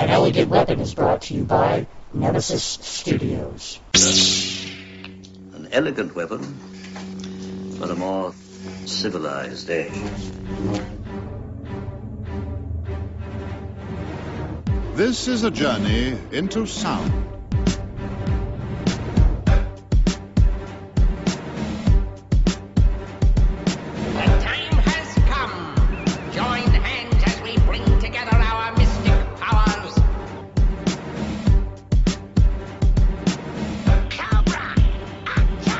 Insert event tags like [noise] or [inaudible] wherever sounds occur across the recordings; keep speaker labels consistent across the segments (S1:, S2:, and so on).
S1: Unrelated Weapon is brought to you by Nemesis Studios.
S2: An elegant weapon for a more civilized age.
S3: This is a journey into sound.
S4: The time has come. Join hands as we bring together our mystic powers. Cobra, attack!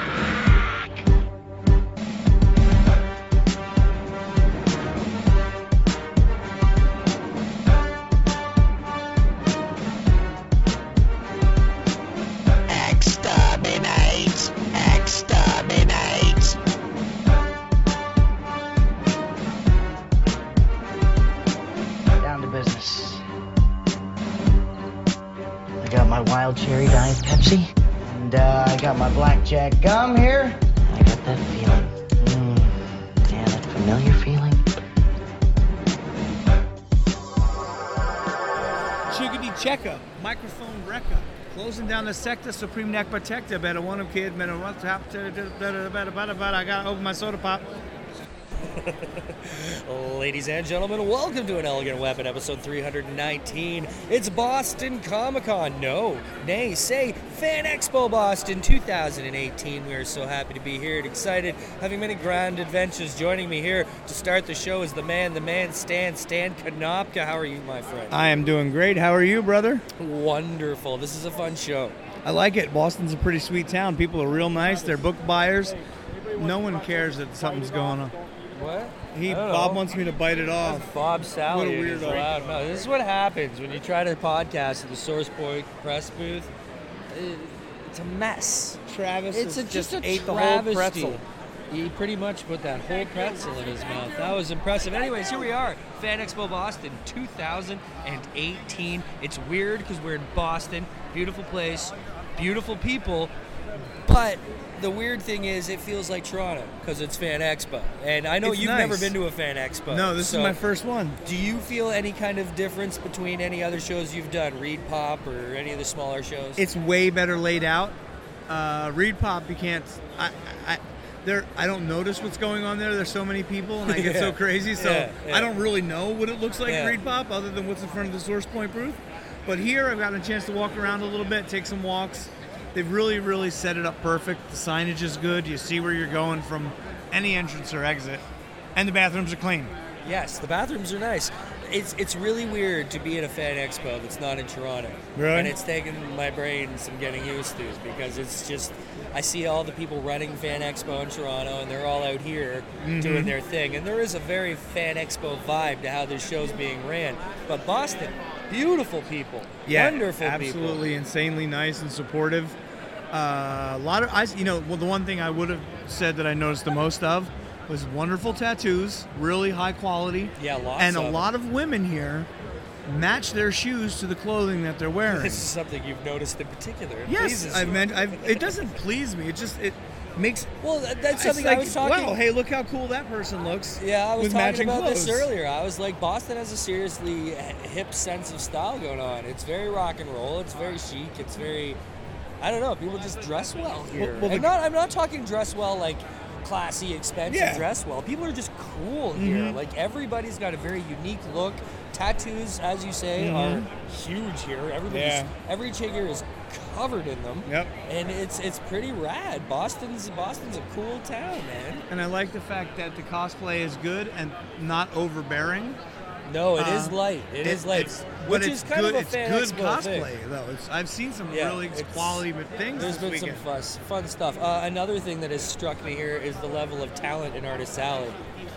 S4: Exterminate! Exterminate!
S5: Down to business. I got my wild cherry diet Pepsi, and uh, I got my blackjack gum here. I got that feeling. Mm, yeah, that familiar feeling.
S6: Chickadee Checka, microphone wrecker. Closing down the sector, Supreme Neck Protector. Better want him, kid. Better run top. Better, better, better, better, better. I gotta open my soda pop.
S7: Ladies and gentlemen, welcome to an Elegant Weapon, episode 319. It's Boston Comic Con, no, nay, say Fan Expo Boston 2018. We are so happy to be here and excited, having many grand adventures. Joining me here to start the show is the man, the man, Stan, Stan Kanopka. How are you, my friend?
S6: I am doing great. How are you, brother?
S7: Wonderful. This is a fun show.
S6: I like it. Boston's a pretty sweet town. People are real nice. They're book buyers. No one cares that something's going on.
S7: What? Oh.
S6: He
S7: I don't
S6: Bob
S7: know.
S6: wants me to bite it off.
S7: Bob Sally
S6: What a
S7: is
S6: weirdo.
S7: loud mouth. This is what happens when you try to podcast at the Source Point press booth. It- It's a mess.
S6: Travis
S7: It's a,
S6: is-
S7: just, a
S6: ate the
S7: travesty.
S6: whole pretzel.
S7: He pretty much put that whole pretzel in his mouth. That was impressive. Anyways, here we are, Fan Expo Boston 2018. It's weird because we're in Boston, beautiful place, beautiful people, but the weird thing is it feels like Toronto because it's Fan Expo. And I know
S6: It's
S7: you've
S6: nice.
S7: never been to a Fan Expo.
S6: No, this
S7: so
S6: is my first one.
S7: Do you feel any kind of difference between any other shows you've done, Reed Pop or any of the smaller shows?
S6: it's way better laid out. Uh, Reed Pop, you can't. I, I, there, I don't notice what's going on there. There's so many people, and I get so
S7: [laughs] Yeah.
S6: crazy. So
S7: Yeah, yeah.
S6: I don't really know what it looks like at
S7: Yeah.
S6: Reed Pop, other than what's in front of the Source Point booth. But here, I've gotten a chance to walk around a little bit, take some walks. They've really, really set it up perfect. The signage is good. You see where you're going from any entrance or exit, and the bathrooms are clean.
S7: Yes, the bathrooms are nice. It's it's really weird to be at a fan expo that's not in Toronto.
S6: Really?
S7: And it's taken my brain some getting used to because it's just I see all the people running fan expo in Toronto and they're all out here doing their thing. And there is a very fan expo vibe to how this show's being ran. But Boston, beautiful people, wonderful
S6: absolutely
S7: people.
S6: insanely nice and supportive. Uh, a lot of I, you know, well, the one thing I would have said that I noticed the most of was wonderful tattoos, really high quality.
S7: Yeah, lots
S6: and a
S7: of 'em.
S6: lot of women here match their shoes to the clothing that they're wearing.
S7: This is something you've noticed in particular. It
S6: yes,
S7: pleases
S6: I
S7: you.
S6: meant I've, it doesn't please me. It just it makes
S7: [laughs] Well, that- that's
S6: it's
S7: something I
S6: like,
S7: was talking.
S6: Wow, hey, look how cool that person looks.
S7: Yeah, I was
S6: with
S7: talking
S6: matching
S7: about
S6: clothes.
S7: this earlier. I was like, Boston has a seriously hip sense of style going on. It's very rock and roll. It's very chic. It's very, I don't know. People just dress well here.
S6: well, the-
S7: and not, I'm not talking dress well like classy, expensive
S6: Yeah. Mm-hmm.
S7: dress well. People are just cool here. Like everybody's got a very unique look. Tattoos, as you say, are huge here. Everybody's
S6: Mm-hmm. Yeah.
S7: every chigger is covered in them.
S6: Yep.
S7: And it's it's pretty rad. Boston's Boston's a cool town, man.
S6: And I like the fact that the cosplay is good and not overbearing.
S7: No, it is
S6: Uh,
S7: light. it is light.
S6: it's-
S7: which
S6: but
S7: is
S6: it's
S7: kind
S6: good,
S7: of a
S6: it's
S7: fan
S6: good
S7: expo thing.
S6: cosplay though. It's, I've seen some
S7: Yeah,
S6: really
S7: it's-
S6: quality but things
S7: There's
S6: this
S7: been
S6: weekend.
S7: some fuss, fun stuff. Uh, another thing that has struck me here is the level of talent in Artist Alley.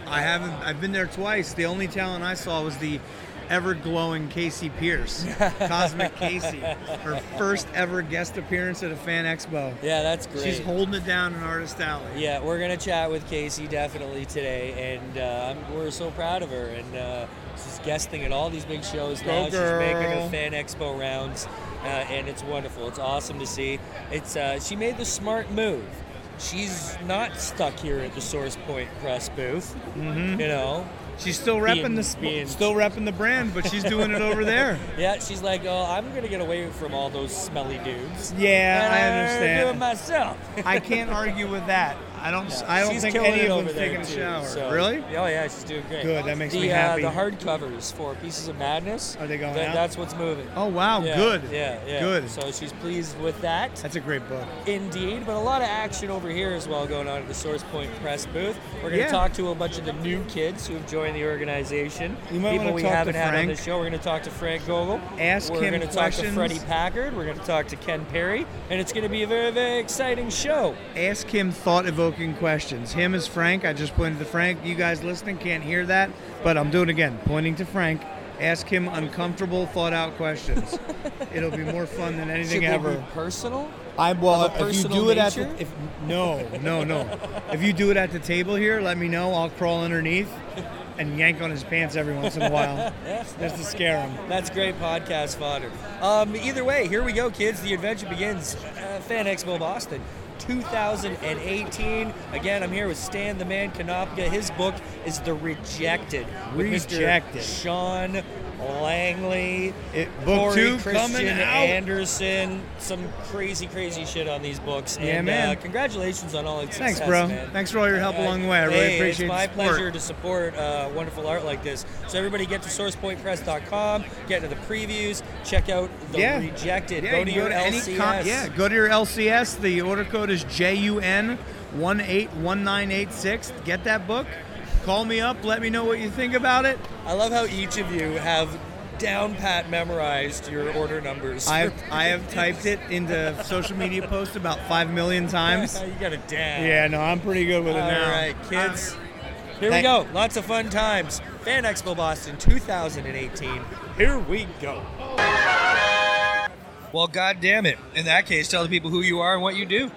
S6: I haven't. I've been there twice. The only talent I saw was the ever glowing Casey
S7: [laughs]
S6: Pierce, Cosmic Casey, her first ever guest appearance at a fan expo.
S7: Yeah, that's great.
S6: She's holding it down in Artist Alley.
S7: yeah, we're gonna chat with Casey definitely today, and uh, I'm- we're so proud of her. And uh, she's guesting at all these big shows
S6: Go
S7: now. She's making
S6: girl.
S7: her fan expo rounds, uh, and it's wonderful. It's awesome to see. It's uh, she made the smart move.
S6: Mm-hmm.
S7: She's not stuck here at the Source Point press booth. You know,
S6: She's still
S7: Being-
S6: repping the sp-
S7: being-
S6: still repping the brand, but she's doing it over there.
S7: Yeah, she's like, oh, I'm gonna get away from all those smelly dudes.
S6: Yeah,
S7: And
S6: I
S7: I'm gonna do it
S6: understand.
S7: myself.
S6: I can't
S7: [laughs]
S6: argue with that. I don't. I don't
S7: She's
S6: think
S7: killing
S6: any
S7: it
S6: of
S7: over
S6: them's
S7: there,
S6: taking a
S7: too,
S6: shower.
S7: so-
S6: Really?
S7: Oh yeah, she's doing great.
S6: Good, that makes
S7: the,
S6: me
S7: uh,
S6: happy.
S7: the hardcovers for Pieces of Madness.
S6: Are they going
S7: that-
S6: out?
S7: That's what's moving.
S6: Oh wow,
S7: Yeah,
S6: good.
S7: Yeah, yeah.
S6: Good.
S7: So she's pleased with that,
S6: That's a great book.
S7: indeed. But a lot of action over here as well going on at the Source Point press booth. We're going to
S6: Yeah.
S7: talk to a bunch of the new kids who have joined the organization.
S6: You might
S7: People
S6: wanna
S7: we
S6: talk to
S7: haven't had on
S6: Frank.
S7: the show. We're going to talk to Frank Gogol.
S6: Ask
S7: We're
S6: him
S7: going to talk to
S6: questions.
S7: Freddie Packard. We're going to talk to Ken Perry, and it's going to be a very, very exciting show.
S6: Ask him thought-evoking questions. Him is Frank. I just pointed to Frank. You guys listening can't hear that, but I'm doing it again. Pointing to Frank. Ask him uncomfortable, thought-out
S7: [laughs]
S6: questions. It'll be more fun than anything
S7: Should
S6: ever.
S7: we be personal?
S6: I well,
S7: Of a
S6: if you
S7: personal
S6: do it at
S7: nature?
S6: the, if no, no, no. if you do it at the table here, let me know. I'll crawl underneath and yank on his pants every once in a while, just to scare him.
S7: That's great podcast fodder. Um, either way, here we go, kids. The adventure begins. Uh, Fan Expo Boston 2018. Again, I'm here with Stan the Man Kanopka. His book is The Rejected. with Mr.
S6: Rejected.
S7: Sean Langley.
S6: It- book
S7: Corey
S6: two
S7: Christian
S6: coming out.
S7: Anderson. Some crazy, crazy shit on these books.
S6: Yeah,
S7: and,
S6: man.
S7: Uh, congratulations on all its
S6: Thanks,
S7: success,
S6: bro.
S7: man. Uh,
S6: Thanks for all your help along the way. I really
S7: Hey,
S6: appreciate
S7: It's
S6: the
S7: my
S6: support.
S7: pleasure to support uh, wonderful art like this. So everybody, get to sourcepointpress.com, get to the previews, check out the
S6: Yeah.
S7: rejected.
S6: Yeah,
S7: go
S6: you
S7: to
S6: can
S7: your
S6: any
S7: LCS.
S6: com- yeah, go to your LCS. The order code is JUN one eight one nine eight six. Get that book. Call me up. Let me know what you think about it.
S7: I love how each of you have down pat memorized your order numbers. [laughs]
S6: I have, I have typed it into social media posts about five million
S7: [laughs]
S6: times.
S7: you got a down.
S6: Yeah, no, I'm pretty good with it
S7: All
S6: now.
S7: right, kids. Here we
S6: Thank-
S7: go. Lots of fun times. Fan Expo Boston 2018. Here we go. Well, God damn it. In that case, tell the people who you are and what you do.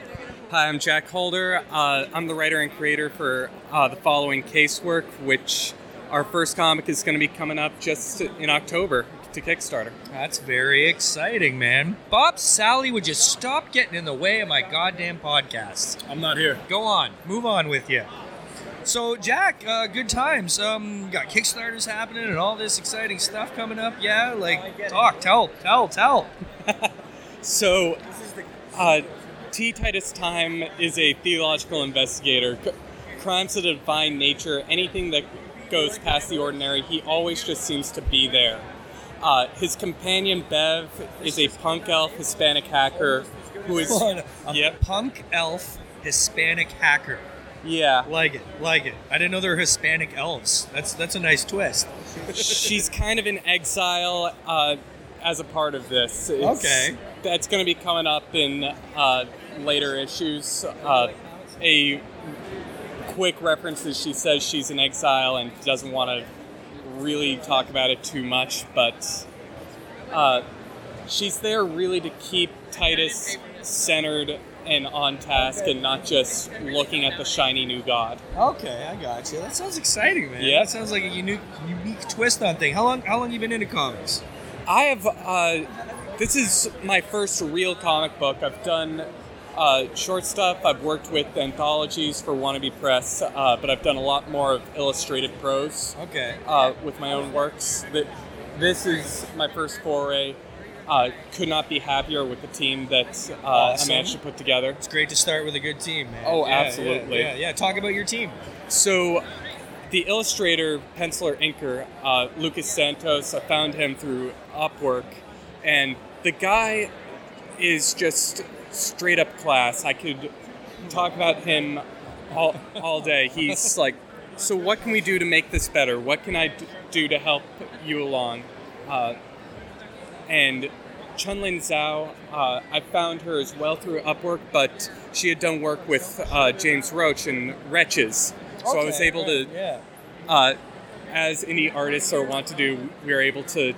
S8: Hi, I'm Jack Holder. Uh, I'm the writer and creator for uh, the following casework, which our first comic is going to be coming up just in October to Kickstarter.
S7: That's very exciting, man. Bob Sally, would you stop getting in the way of my goddamn podcast?
S9: I'm not here.
S7: Go on, move on with you. So, Jack, uh, good times. Um, got Kickstarters happening and all this exciting stuff coming up. Yeah, like talk, tell, tell, tell.
S8: So, uh, T. Titus Time is a theological investigator. C- crimes of the divine nature, anything that goes past the ordinary, he always just seems to be there. Uh, his companion Bev is a punk elf Hispanic hacker who is
S7: a
S8: Yep.
S7: punk elf Hispanic hacker.
S8: yeah
S7: Like it, like it. I didn't know there were Hispanic elves. That's that's a nice twist.
S8: she's kind of in exile uh, as a part of this. It's-
S7: Okay.
S8: That's going to be coming up in uh, later issues. Uh, a quick reference is she says she's in exile and doesn't want to really talk about it too much, but uh, she's there really to keep Titus centered and on task and not just looking at the shiny new god.
S7: Okay, I got you. That sounds exciting, man.
S8: Yeah.
S7: That sounds like a unique unique twist on thing. How long how long you been into comics?
S8: I have. Uh, this is my first real comic book. I've done uh, short stuff. I've worked with anthologies for Wannabe Press, uh, but I've done a lot more of illustrated prose
S7: Okay.
S8: uh, with my own works. That this is my first foray. Uh, could not be happier with the team that uh,
S7: Awesome.
S8: I managed to put together.
S7: It's great to start with a good team, man.
S8: Oh,
S7: Yeah, yeah,
S8: absolutely.
S7: Yeah, yeah, Talk about your team.
S8: So, the illustrator, penciler, inker, uh, Lucas Santos, I found him through Upwork, and the guy is just straight up class. I could talk about him all, all day.
S7: [laughs]
S8: He's like, So, what can we do to make this better? What can I d- do to help you along? Uh, and Chunlin Zhao, uh, I found her as well through Upwork, but she had done work with uh, James Roach and Wretches. So I was able to,
S7: Yeah.
S8: uh, as any artists or want to do, we were able to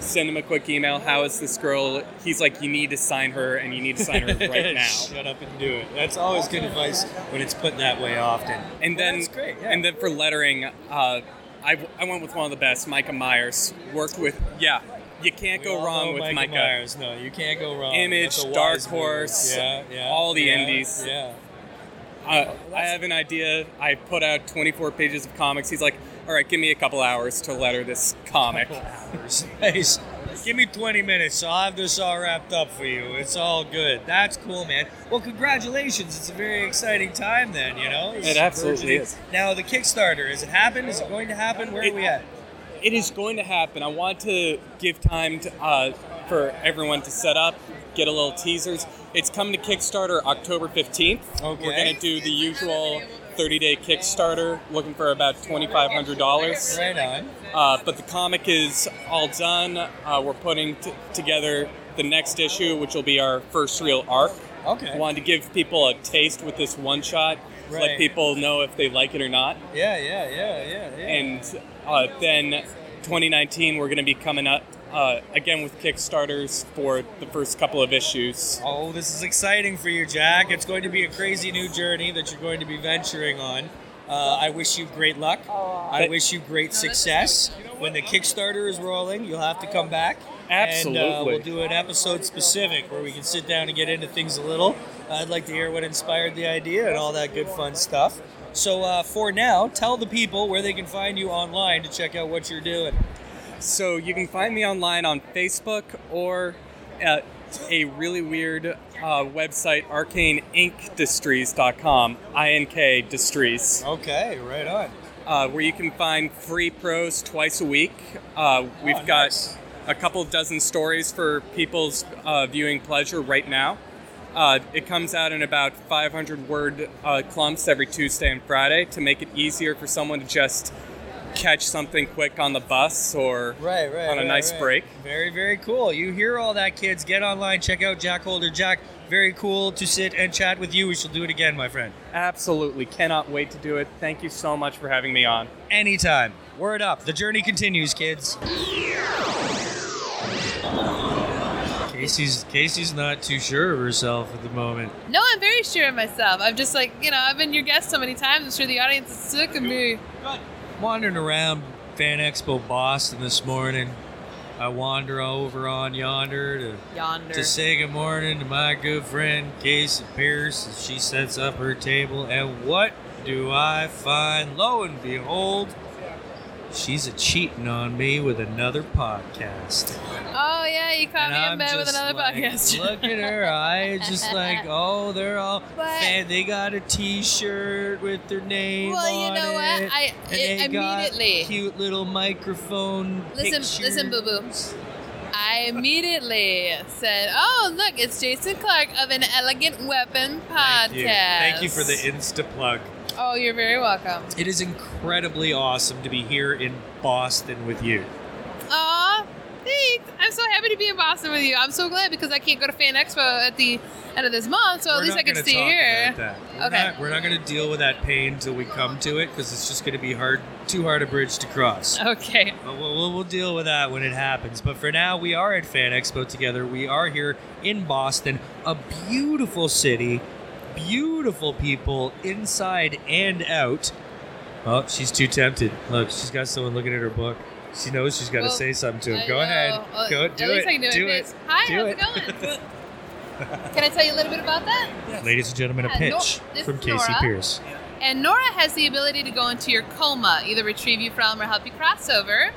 S8: send him a quick email. How is this girl? He's like, you need to sign her, and you need to
S7: [laughs]
S8: sign her right now.
S7: Shut up and do it. That's always good advice when it's put that way often.
S8: And
S7: Well,
S8: then,
S7: that's great, yeah.
S8: and then for lettering, uh, I, I went with one of the best, Micah Myers. Worked with, yeah, you can't
S7: We
S8: go
S7: all know
S8: wrong with
S7: Michael
S8: Micah.
S7: Myers. No, you can't go wrong.
S8: Image,
S7: That's a
S8: Dark
S7: wise move.
S8: Horse,
S7: yeah, yeah,
S8: all the
S7: yeah,
S8: indies.
S7: Yeah.
S8: Uh, I, I have an idea. I put out 24 pages of comics. He's like, all right, give me a couple hours to letter this comic.
S7: [laughs]
S6: hours. Nice. Give me 20 minutes. I'll have this all wrapped up for you. It's all good. That's cool, man. Well, congratulations. It's a very exciting time, then, you know? It's
S8: It absolutely
S6: burgeoning.
S8: is.
S6: Now, the Kickstarter, has it happened? Is it going to happen? Where are
S8: It-
S6: we at?
S8: It is going to happen. I want to give time to, uh, for everyone to set up, get a little teasers. It's coming to Kickstarter October 15th.
S6: Okay.
S8: We're going to do the usual 30 day Kickstarter, looking for about $2,500.
S6: Right on.
S8: Uh, but the comic is all done. Uh, we're putting t- together the next issue, which will be our first real arc.
S6: Okay.
S8: Wanted to give people a taste with this one shot,
S6: Right.
S8: let people know if they like it or not.
S6: Yeah, yeah, yeah, yeah, yeah.
S8: And uh, then 2019, we're going to be coming up uh, again with Kickstarters for the first couple of issues.
S6: Oh, this is exciting for you, Jack. It's going to be a crazy new journey that you're going to be venturing on. Uh, I wish you great luck.
S7: Oh,
S6: I
S8: Th-
S6: wish you great success. When the Kickstarter is rolling, you'll have to come back. And uh,
S8: Absolutely.
S6: we'll do an episode specific where we can sit down and get into things a little. I'd like to hear what inspired the idea and all that good fun stuff. So, uh, for now, tell the people where they can find you online to check out what you're doing.
S8: So you can find me online on Facebook or at a really weird uh, website, arcaneinkdistries.com, I-N-K Distries,
S6: Okay, right on.
S8: uh, where you can find free prose twice a week. Uh, we've
S6: Oh,
S8: got
S6: nice.
S8: a couple dozen stories for people's uh, viewing pleasure right now. Uh, it comes out in about 500 word uh, clumps every Tuesday and Friday to make it easier for someone to just catch something quick on the bus or
S6: right, right,
S8: on a
S6: right,
S8: nice
S6: right.
S8: break.
S6: Very, very cool. You hear all that, kids. Get online, check out Jack Holder. Jack, very cool to sit and chat with you. We shall do it again, my friend.
S8: Absolutely. Cannot wait to do it. Thank you so much for having me on.
S6: Anytime. Word up. The journey continues, kids. Casey's Casey's not too sure of herself at the moment.
S7: No, I'm very sure of myself. I'm just like, you know, I've been your guest so many times. I'm sure the audience is sick of me.
S6: Wandering around Fan Expo Boston this morning, I wander over on yonder to
S7: Yonder.
S6: to say good morning to my good friend Casey Pierce as she sets up her table. And what do I find? Lo and behold, she's a cheating on me with another podcast.
S7: oh, yeah, you caught
S6: And
S7: me in
S6: I'm
S7: bed with
S6: just
S7: another
S6: like,
S7: podcast.
S6: Look
S7: [laughs]
S6: at her eyes, just like oh, they're all
S7: But-
S6: fan. They got a T-shirt with their name
S7: Well,
S6: on
S7: you know what?
S6: it.
S7: I
S6: and
S7: it,
S6: they got
S7: immediately.
S6: cute little microphone.
S7: Listen- listen, boo boo.
S6: pictures.
S7: I immediately said, "Oh, look, it's Jason Clark of an Elegant Weapon podcast."
S6: Thank you. Thank you for the insta plug.
S7: Oh, you're very welcome.
S6: It is incredibly awesome to be here in Boston with you.
S7: Aw, thanks. I'm so happy to be in Boston with you. I'm so glad because I can't go to Fan Expo at the end of this month, so at
S6: We're
S7: least
S6: not
S7: I can
S6: gonna
S7: stay
S6: talk
S7: here.
S6: about that. We're
S7: Okay.
S6: not- we're not going to deal with that pain until we come to it because it's just going to be hard, too hard a bridge to cross.
S7: [laughs] Okay.
S6: But we'll, we'll, we'll deal with that when it happens. But for now, we are at Fan Expo together. We are here in Boston, a beautiful city, beautiful people inside and out. Oh, she's too tempted. Look, she's got someone looking at her book. She knows she's got
S7: Well,
S6: to say something to
S7: I
S6: him. Go ahead.
S7: know. Well,
S6: Go
S7: at
S6: do
S7: least
S6: it.
S7: I can do,
S6: do
S7: it.
S6: it.
S7: Hi,
S6: Do
S7: how's
S6: it. [laughs]
S7: it going? can I tell you a little bit about that?
S6: Ladies and gentlemen, a
S7: Yeah, Nor-
S6: pitch
S7: this
S6: from
S7: is
S6: Casey
S7: Nora.
S6: Pierce.
S7: And Nora has the ability to go into your coma, either retrieve you from or help you cross over.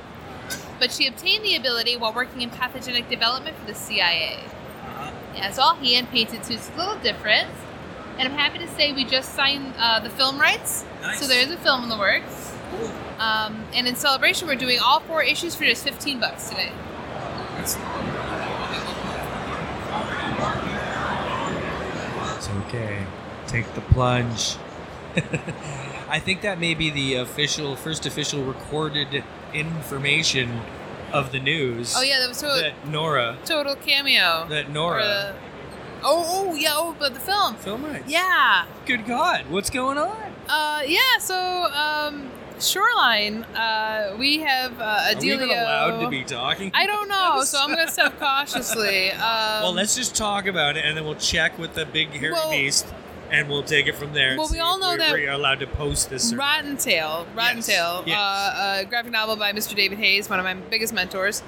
S7: But she obtained the ability while working in pathogenic development for the CIA. Yeah, it's all hand painted, so it's a little different. And I'm happy to say we just signed uh, the film rights, so there is a film in the works. Um, and in celebration, we're doing all four issues for just 15 bucks today.
S6: It's okay. Take the plunge. [laughs] I think that may be the official, first official recorded information of the news.
S7: Oh yeah, that was total,
S6: That Nora,
S7: total cameo.
S6: that
S7: For
S6: Nora.
S7: the- oh, oh yeah, oh, but the film.
S6: Film rights.
S7: Yeah.
S6: Good God, what's going on?
S7: Uh, yeah, so um, Shoreline, uh, we have uh, a
S6: Are we
S7: dealio.
S6: even allowed to be talking?
S7: I
S6: [laughs]
S7: don't know, so I'm going to step cautiously. Um,
S6: well, let's just talk about it, and then we'll check with the big hairy
S7: Well-
S6: beast, and we'll take it from there. and
S7: Well, we
S6: see
S7: all
S6: if
S7: know
S6: we're-
S7: that-
S6: we are allowed to post this. or not.
S7: Um, Rotten Tail. Rotten
S6: Yes,
S7: Tail.
S6: yes.
S7: Uh, a graphic novel by Mr. David Hayes, one of my biggest mentors.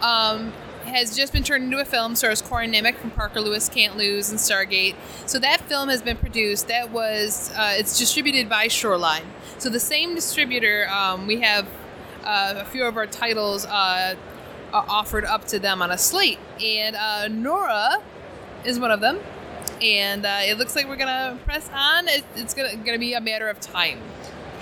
S7: Um, has just been turned into a film. Stars Corin Nimick from Parker Lewis Can't Lose and Stargate. So that film has been produced. That was uh, it's distributed by Shoreline. So the same distributor. Um, we have uh, a few of our titles uh, uh, offered up to them on a slate, and uh, Nora is one of them. And uh, it looks like we're gonna press on. It, it's gonna gonna be a matter of time.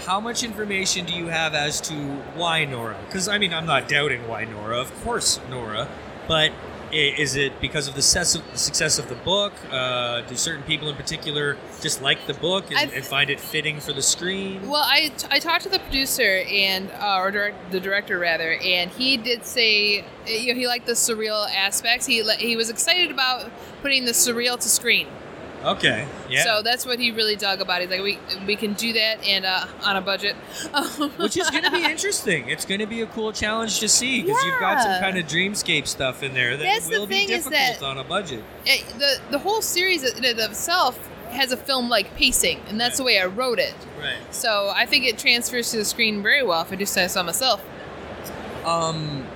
S8: How much information do you have as to why Nora? Because I mean, I'm not doubting why Nora. Of course, Nora. But i- is it because of the success of, the success of the book? Uh, do certain people in particular just like the book and,
S7: I've-
S8: and find it fitting for the screen?
S7: Well, I, I talked to the producer and uh, or direct, the director rather, and he did say eh, you know he liked the surreal aspects. He li- he was excited about putting the surreal to screen.
S8: okay. Yeah.
S7: So that's what he really dug about. He's like we we can do that and uh, on a budget. [laughs]
S8: which is going to be interesting. It's going to be a cool challenge to see because you've got some
S7: Yeah.
S8: kind of dreamscape stuff in there that
S7: That's the
S8: will be
S7: thing is
S8: difficult
S7: that-
S8: on a budget.
S7: it, Eh, the the whole series in and of itself has a film like pacing, and that's the way I wrote it.
S8: Right.
S7: So I think it transfers to the screen very well. If I do say so myself.
S8: Um,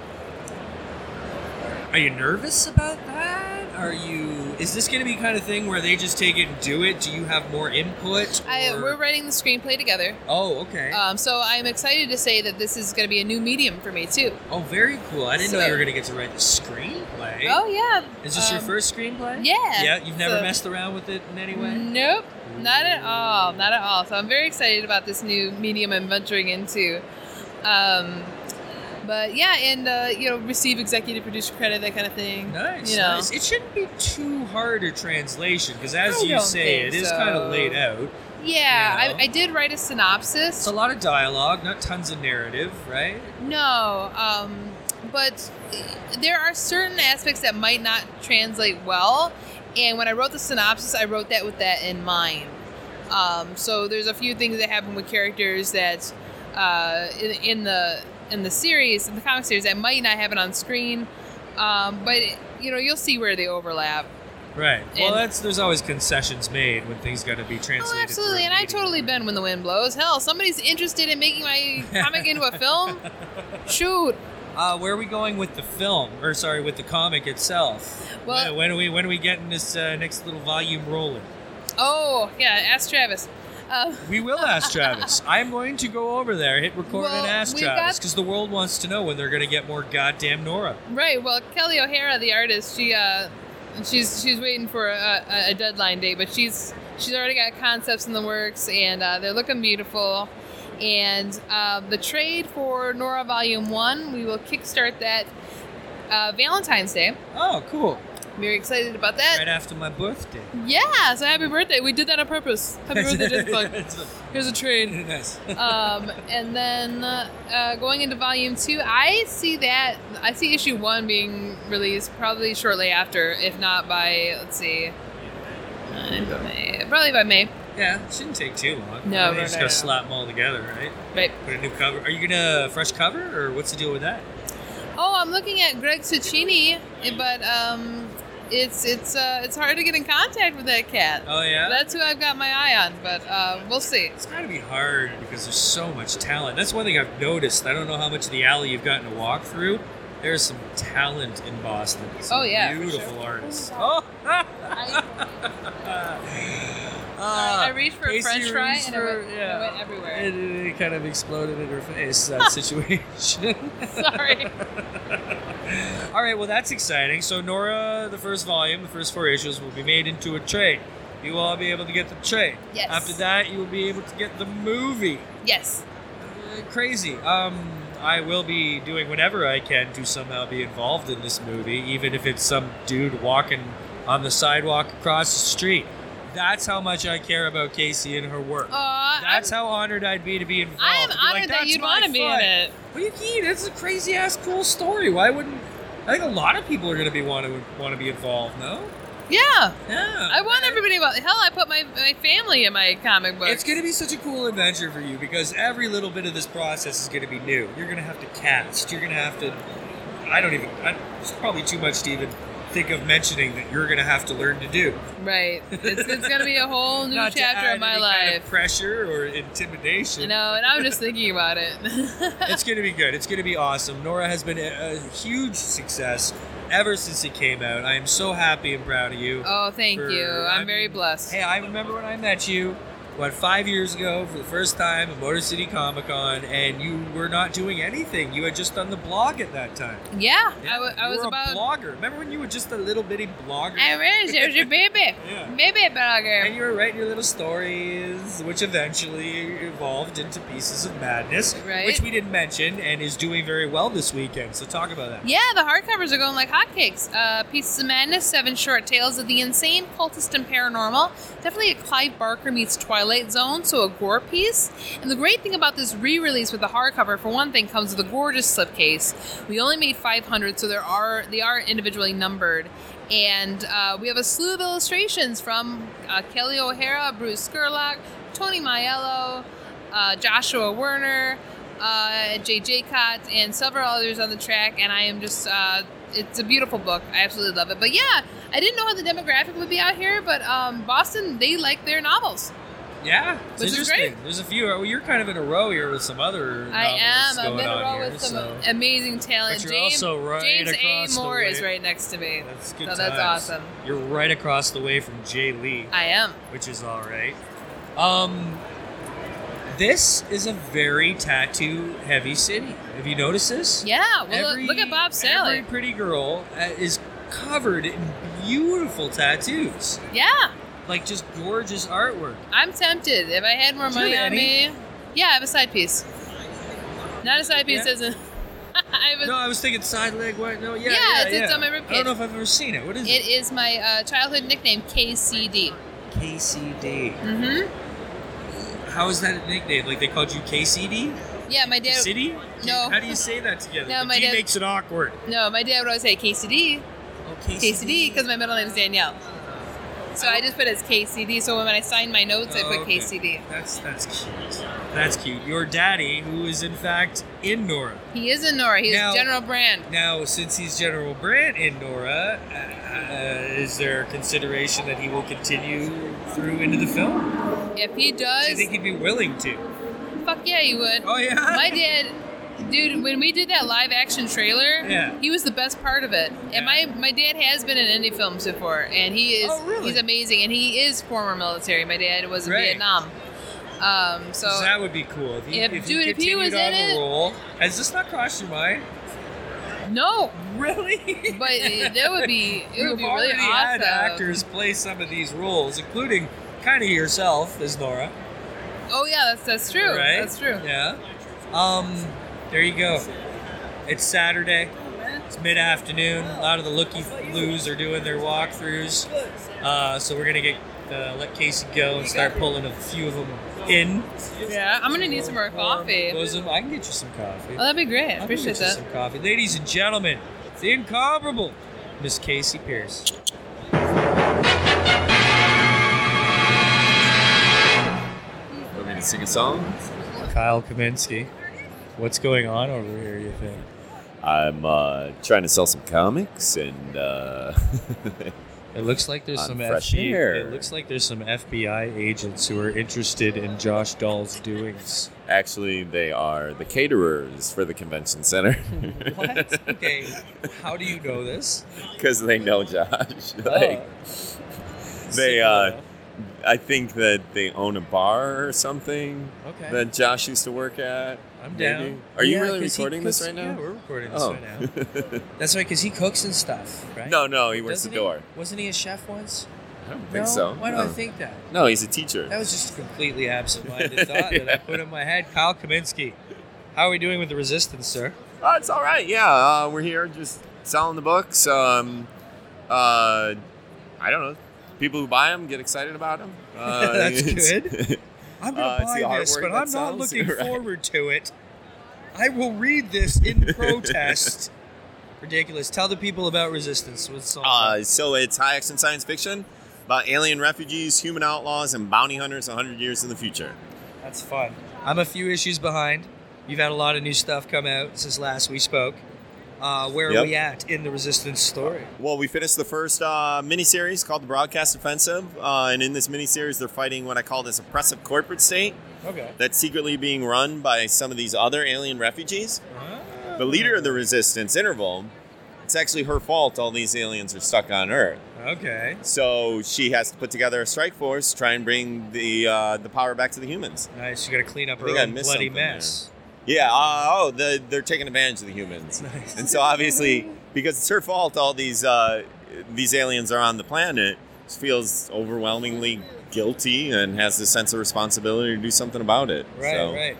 S8: are you nervous about that? Are you? Is this going to be kind of thing where they just take it and do it? Do you have more input?
S7: I,
S8: or-
S7: we're writing the screenplay together.
S8: oh, okay.
S7: Um, so I'm excited to say that this is going to be a new medium for me too.
S8: oh, very cool. I didn't know you
S7: so-
S8: were going to get to write the screenplay.
S7: Oh yeah.
S8: is this your
S7: um,
S8: first screenplay?
S7: Yeah.
S8: Yeah. You've never
S7: So-
S8: messed around with it in any way.
S7: Nope. Not at all. Not at all. So I'm very excited about this new medium I'm venturing into. Um, but yeah, and uh, you know, receive executive producer credit, that kind of thing.
S8: Nice,
S7: Mm, You know.
S8: nice. It shouldn't be too hard a translation because, as
S7: I
S8: you
S7: don't
S8: say, it
S7: think
S8: is kind
S7: so.
S8: of laid out.
S7: Yeah,
S8: You know.
S7: I, I did write a synopsis.
S8: It's a lot of dialogue, not tons of narrative, right?
S7: No, um, but there are certain aspects that might not translate well. And when I wrote the synopsis, I wrote that with that in mind. Um, so there's a few things that happen with characters that uh, in, in the in the series, in the comic series, that might not happen on screen. Um, but you know, you'll see where they overlap.
S8: Right. well,
S7: And-
S8: that's there's always concessions made when things got to be translated.
S7: Oh,
S8: through
S7: absolutely,
S8: a
S7: and I
S8: medium.
S7: totally bend when the wind blows. Hell, somebody's interested in making my comic into a film. Shoot,
S8: Uh, where are we going with the film, or sorry, with the comic itself?
S7: Well-
S8: when, when are we when are we getting this uh, next little volume rolling?
S7: Oh, yeah, ask Travis. Uh,
S8: We will ask
S7: [laughs]
S8: Travis. I'm going to go over there, hit record,
S7: Well,
S8: and ask
S7: we've
S8: Travis
S7: got-
S8: because the world wants to know when they're going to get more goddamn Nora.
S7: right, well, Kelly O'Hara, the artist, she uh, she's she's waiting for a, a a deadline date, but she's she's already got concepts in the works, and uh, they're looking beautiful. And uh, the trade for Nora Volume One, we will kickstart that uh, Valentine's Day.
S8: Oh, cool!
S7: Very excited about that.
S8: Right after my
S7: [laughs]
S8: birthday.
S7: Yeah, so happy birthday! We did that on purpose.
S8: [laughs]
S7: Happy birthday, Jessica. Here's a trade.
S8: Nice.
S7: um, and then uh, going into volume two, I see that I see issue one being released probably shortly after, if not by let's see, uh, May, probably by May.
S8: Yeah, it shouldn't take too long.
S7: No,
S8: you
S7: no,
S8: just
S7: no,
S8: gotta
S7: no.
S8: slap them all together, right?
S7: Right.
S8: Put a new cover. Are you gonna fresh cover, or what's the deal with that?
S7: Oh, I'm looking at Greg Ciccini, but um, it's it's uh, it's hard to get in contact with that cat.
S8: Oh yeah,
S7: That's who I've got my eye on, but uh, we'll see.
S8: it's gotta be hard because there's so much talent. That's one thing I've noticed. I don't know how much of the alley you've gotten to walk through. There's some talent in Boston. Some
S7: Oh, yeah, for
S8: beautiful
S7: [laughs]
S8: artists. Oh.
S7: I
S8: Ah,
S7: reached for a
S8: Casey
S7: French fry
S8: reached
S7: and it went,
S8: for-
S7: it
S8: yeah.
S7: went everywhere.
S8: It, it kind of exploded in her face. That situation.
S7: [laughs]
S8: [laughs]
S7: Sorry.
S8: All right, well, that's exciting. So, Nora, the first volume, the first four issues, will be made into a trade. You will all be able to get the trade.
S7: Yes.
S8: After that, you will be able to get the movie.
S7: Yes.
S8: Uh, crazy. Um, I will be doing whatever I can to somehow be involved in this movie, even if it's some dude walking on the sidewalk across the street. That's how much I care about Casey and her work.
S7: Aw,
S8: that's
S7: Oh, Uh, I'm,
S8: how honored I'd be to be involved.
S7: I am
S8: to be like,
S7: honored that
S8: "That's
S7: you'd
S8: my
S7: want to be in
S8: foot."
S7: it.
S8: What do you mean? It's a crazy ass cool story. Why wouldn't? I think a lot of people are going to be want to want to be involved. No.
S7: Yeah.
S8: Yeah.
S7: I want everybody about hell. I put my, my family in my comic book.
S8: It's going to be such a cool adventure for you because every little bit of this process is going to be new. You're going to have to cast. You're going to have to. I don't even. I, it's probably too much to even think of mentioning that you're going to have to learn to do. [laughs]
S7: right. It's, it's gonna be a whole new
S8: Not to
S7: chapter
S8: add
S7: of my
S8: any kind of
S7: life.
S8: pressure or intimidation. [laughs]
S7: you know, and I'm just thinking about it.
S8: it's going to be good. It's going to be awesome. Nora has been a, a huge success. ever since it came out. I am so happy and proud of you.
S7: [laughs] Oh, thank
S8: For-
S7: you. I'm
S8: I
S7: very
S8: mean,
S7: blessed.
S8: Hey, I remember when I met you, what, five years ago for the first time at Motor City Comic Con, and you were not doing anything. You had just done the blog at that time.
S7: yeah, I
S8: Yeah,
S7: wa- I
S8: you
S7: was
S8: were
S7: about.
S8: a blogger. Remember when you were just a little bitty blogger?
S7: I was. I was a baby.
S8: [laughs] Yeah.
S7: Baby
S8: And
S7: blogger.
S8: you were writing your little stories, which eventually evolved into Pieces of Madness,
S7: Right.
S8: which we didn't mention and is doing very well this weekend. So talk about that.
S7: Yeah, the hardcovers are going like hotcakes. Uh, Pieces of Madness, Seven Short Tales of the Insane, Cultist and Paranormal. Definitely a Clive Barker meets Twilight Zone, so a gore piece. And the great thing about this re release with the hardcover, for one thing, comes with a gorgeous slipcase. We only made 500, so there are they are individually numbered. And uh, we have a slew of illustrations from uh, Kelly O'Hara, Bruce Skurlock, Tony Maiello, uh, Joshua Werner, uh, J.J. Cott, and several others on the track. And I am just, uh, it's a beautiful book. I absolutely love it. But yeah, I didn't know how the demographic would be out here, but um, Boston, they like their novels.
S8: Yeah, it's
S7: Which is
S8: interesting.
S7: great.
S8: There's a few. Well, you're kind of in a row here with some other.
S7: I am.
S8: novels
S7: I'm
S8: going
S7: in a
S8: on
S7: row
S8: here,
S7: with some
S8: so.
S7: amazing talent.
S8: But you're
S7: James,
S8: also right
S7: James
S8: across
S7: A.
S8: the
S7: Moore is
S8: way.
S7: right next to me.
S8: That's good.
S7: so that's
S8: times.
S7: awesome.
S8: You're right across the way from Jay Lee,
S7: I am.
S8: which is all right. Um, this is a very tattoo-heavy city. Have you noticed this?
S7: Yeah, well, look-
S8: Every-
S7: look at Bob Sally.
S8: Every pretty girl uh, is covered in beautiful tattoos,
S7: yeah,
S8: like just gorgeous artwork.
S7: I'm tempted. If I had more
S8: Do you
S7: money
S8: have
S7: on
S8: any?
S7: me, yeah, I have a side piece. Not a side piece,
S8: Yeah.
S7: doesn't. [laughs] I have a,
S8: No, I was thinking side leg. What? No, yeah,
S7: Yeah,
S8: yeah,
S7: it's- it's
S8: yeah.
S7: on my
S8: I don't
S7: ribcage.
S8: know if I've ever seen it. What is
S7: It is my uh, childhood nickname, KCD.
S8: KCD.
S7: Mm-hmm.
S8: How is that a nickname? Like they called you KCD?
S7: Yeah, my dad.
S8: City?
S7: No.
S8: How do you say that together?
S7: No,
S8: the
S7: my
S8: G
S7: dad-
S8: makes it awkward.
S7: No, my dad would always say KCD,
S8: Oh,
S7: KCD, because my middle name is Danielle. So I just put it as KCD. So when I sign my notes, I put
S8: Oh, okay.
S7: KCD.
S8: That's that's cute. That's cute. Your daddy, who is in fact in Nora.
S7: He is in Nora. He's
S8: Now-
S7: General Brand.
S8: Now, since he's General Brandt in Nora, uh, is there consideration that he will continue through into the film?
S7: If he
S8: Do you
S7: does,
S8: think he'd be willing to?
S7: fuck yeah, he would.
S8: Oh yeah.
S7: My dad, dude, when we did that live action trailer,
S8: Yeah.
S7: he was the best part of it. And my, my dad has been in indie films before, and he is
S8: Oh, really?
S7: he's amazing. And he is former military. My dad was in
S8: Right.
S7: Vietnam. Um, so
S8: that would be cool. If he,
S7: If-
S8: if
S7: dude,
S8: he
S7: if he
S8: continued
S7: was
S8: on
S7: in
S8: the
S7: it-
S8: role, has this not crossed your mind?
S7: no, [laughs]
S8: Really?
S7: but it- that would be
S8: [laughs]
S7: it
S8: We've
S7: would be
S8: already
S7: really
S8: had
S7: awesome.
S8: actors play some of these roles, including kind of yourself as Nora,
S7: Oh yeah, that's that's true.
S8: right?
S7: That's true.
S8: Yeah. Um, there you go. It's Saturday. It's mid afternoon. A lot of the looky loos are doing their walkthroughs. Uh, so we're gonna get uh, let Casey go and start pulling a few of them in.
S7: Yeah, I'm gonna need some more coffee. Oh,
S8: Close 'em. I can get you some coffee.
S7: that'd be great. I
S8: I'll get you
S7: appreciate that.
S8: Some coffee, ladies and gentlemen. The incomparable Miss Casey Pierce.
S5: Want me to sing a song?
S8: Kyle Kaminsky. What's going on over here, you think?
S5: I'm uh, trying to sell some comics and uh, [laughs]
S8: It looks like there's
S5: On
S8: some
S5: fresh
S8: FBI,
S5: air.
S8: It looks like there's some FBI agents who are interested in Josh Dahl's doings.
S5: actually, they are the caterers for the convention center [laughs]
S8: What? [laughs] Okay. How do you know this? Uh,
S5: because they know Josh. [laughs] like, they,
S8: Sick of
S5: uh, I think that they own a bar or something
S8: that. okay.
S5: that Josh used to work at.
S8: I'm
S5: maybe.
S8: down.
S5: Are you
S8: Yeah,
S5: really
S8: 'cause he
S5: recording this
S8: cooks-
S5: right now?
S8: Yeah, we're recording this
S5: oh.
S8: right
S5: [laughs]
S8: now. That's right, because he cooks and stuff, right?
S5: no, no, he works
S8: Doesn't
S5: the door.
S8: wasn't he a chef once?
S5: I don't
S8: no?
S5: think so. Oh.
S8: Why do
S5: no.
S8: I think that?
S5: No, he's a teacher.
S8: That was just a completely
S5: [laughs]
S8: absent-minded thought that I put in my head. Kyle Kaminsky, how are we doing with the resistance, sir?
S5: Uh, it's all right. Yeah, uh, we're here just selling the books. Um, uh, I don't know. People who buy them get excited
S8: [laughs]
S5: about them. Uh,
S8: That's
S5: it's-
S8: good. I'm gonna
S5: Uh, it's the
S8: buy this,
S5: artwork
S8: but
S5: that
S8: I'm not
S5: sells,
S8: looking
S5: right.
S8: forward to it. I will read this
S5: [laughs]
S8: in protest. Ridiculous. Tell the people about resistance. What's song?
S5: [laughs] Uh, so it's high action science fiction about alien refugees, human outlaws, and bounty hunters 100 years in the future.
S8: That's fun. I'm a few issues behind. You've had a lot of new stuff come out since last we spoke. Uh, where
S5: Yep.
S8: are we at in the resistance story?
S5: Well, we finished the first uh, miniseries called The Broadcast Offensive. Uh, and in this miniseries, they're fighting what I call this oppressive corporate state
S8: Okay.
S5: that's secretly being run by some of these other alien refugees. The leader of the resistance, Interval, it's actually her fault all these aliens are stuck on Earth.
S8: Okay.
S5: So she has to put together a strike force, try and bring the uh, the power back to the humans.
S8: Nice. You got to clean up
S5: I
S8: her
S5: think I
S8: own
S5: missed
S8: bloody
S5: something there.
S8: mess.
S5: Yeah. Uh, oh, the, they're taking advantage of
S8: [laughs]
S5: the humans. And so obviously, because it's her fault, all these uh, these aliens are on the planet. She feels overwhelmingly guilty and has this sense of responsibility to do something about it.
S8: Right.
S5: So-
S8: Right.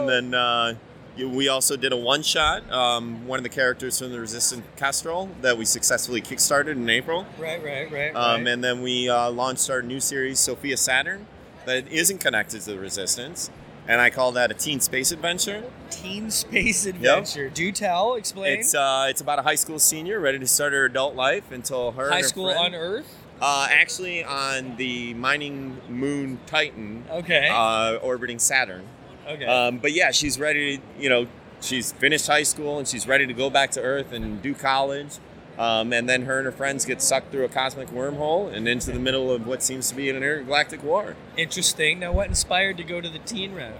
S5: and then uh, you- we also did a one shot. Um, one of the characters from the Resistance Kestrel that we successfully kickstarted in April.
S8: Right. Right. Right.
S5: Um,
S8: right.
S5: and then we uh, launched our new series, Sophia Saturn, that isn't connected to the Resistance. And I call that a teen space adventure.
S8: Teen space adventure. Do tell. Explain.
S5: It's uh, it's about a high school senior ready to start her adult life until her
S8: High
S5: and her
S8: school
S5: friend-
S8: on Earth.
S5: Uh, actually, on the mining moon Titan.
S8: Okay.
S5: Uh, orbiting Saturn.
S8: Okay.
S5: Um, but yeah, she's ready. To, you know, she's finished high school and she's ready to go back to Earth and do college. Um, and then her and her friends get sucked through a cosmic wormhole and into the middle of what seems to be an intergalactic war.
S8: Interesting. Now, what inspired to go to the teen route?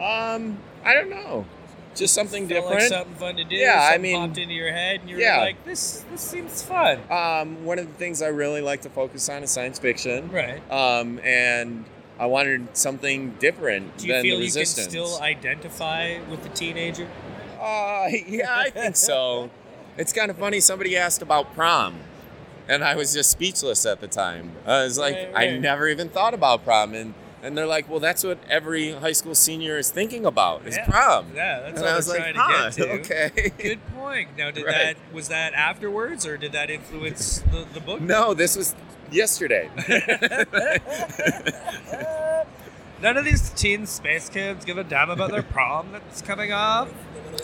S5: Um, I don't know. Just something
S8: Felt like
S5: different.
S8: something fun to do.
S5: Yeah, I
S8: something
S5: mean-
S8: popped into your head, and you
S5: Yeah.
S8: were like, "This, this seems fun."
S5: Um, one of the things I really like to focus on is science fiction.
S8: Right.
S5: Um, and I wanted something different
S8: Do you
S5: than
S8: feel
S5: the
S8: you can
S5: resistance.
S8: still identify with the teenager?
S5: Uh, [laughs] yeah, I think so. It's kind of funny. Somebody asked about prom, and I was just speechless at the time. I was like,
S8: Right,
S5: I
S8: right.
S5: never even thought about prom, and and they're like, well, that's what every high school senior is thinking about is
S8: Yeah.
S5: prom.
S8: Yeah, that's
S5: and
S8: what
S5: I
S8: we're
S5: was like,
S8: trying to
S5: "Huh,
S8: get to.
S5: [laughs] okay.
S8: Good point. Now, did
S5: Right.
S8: that was that afterwards, or did that influence the, the book?
S5: No, this was
S8: [laughs]
S5: yesterday.
S8: None of these teen space kids give a damn about their prom that's coming up.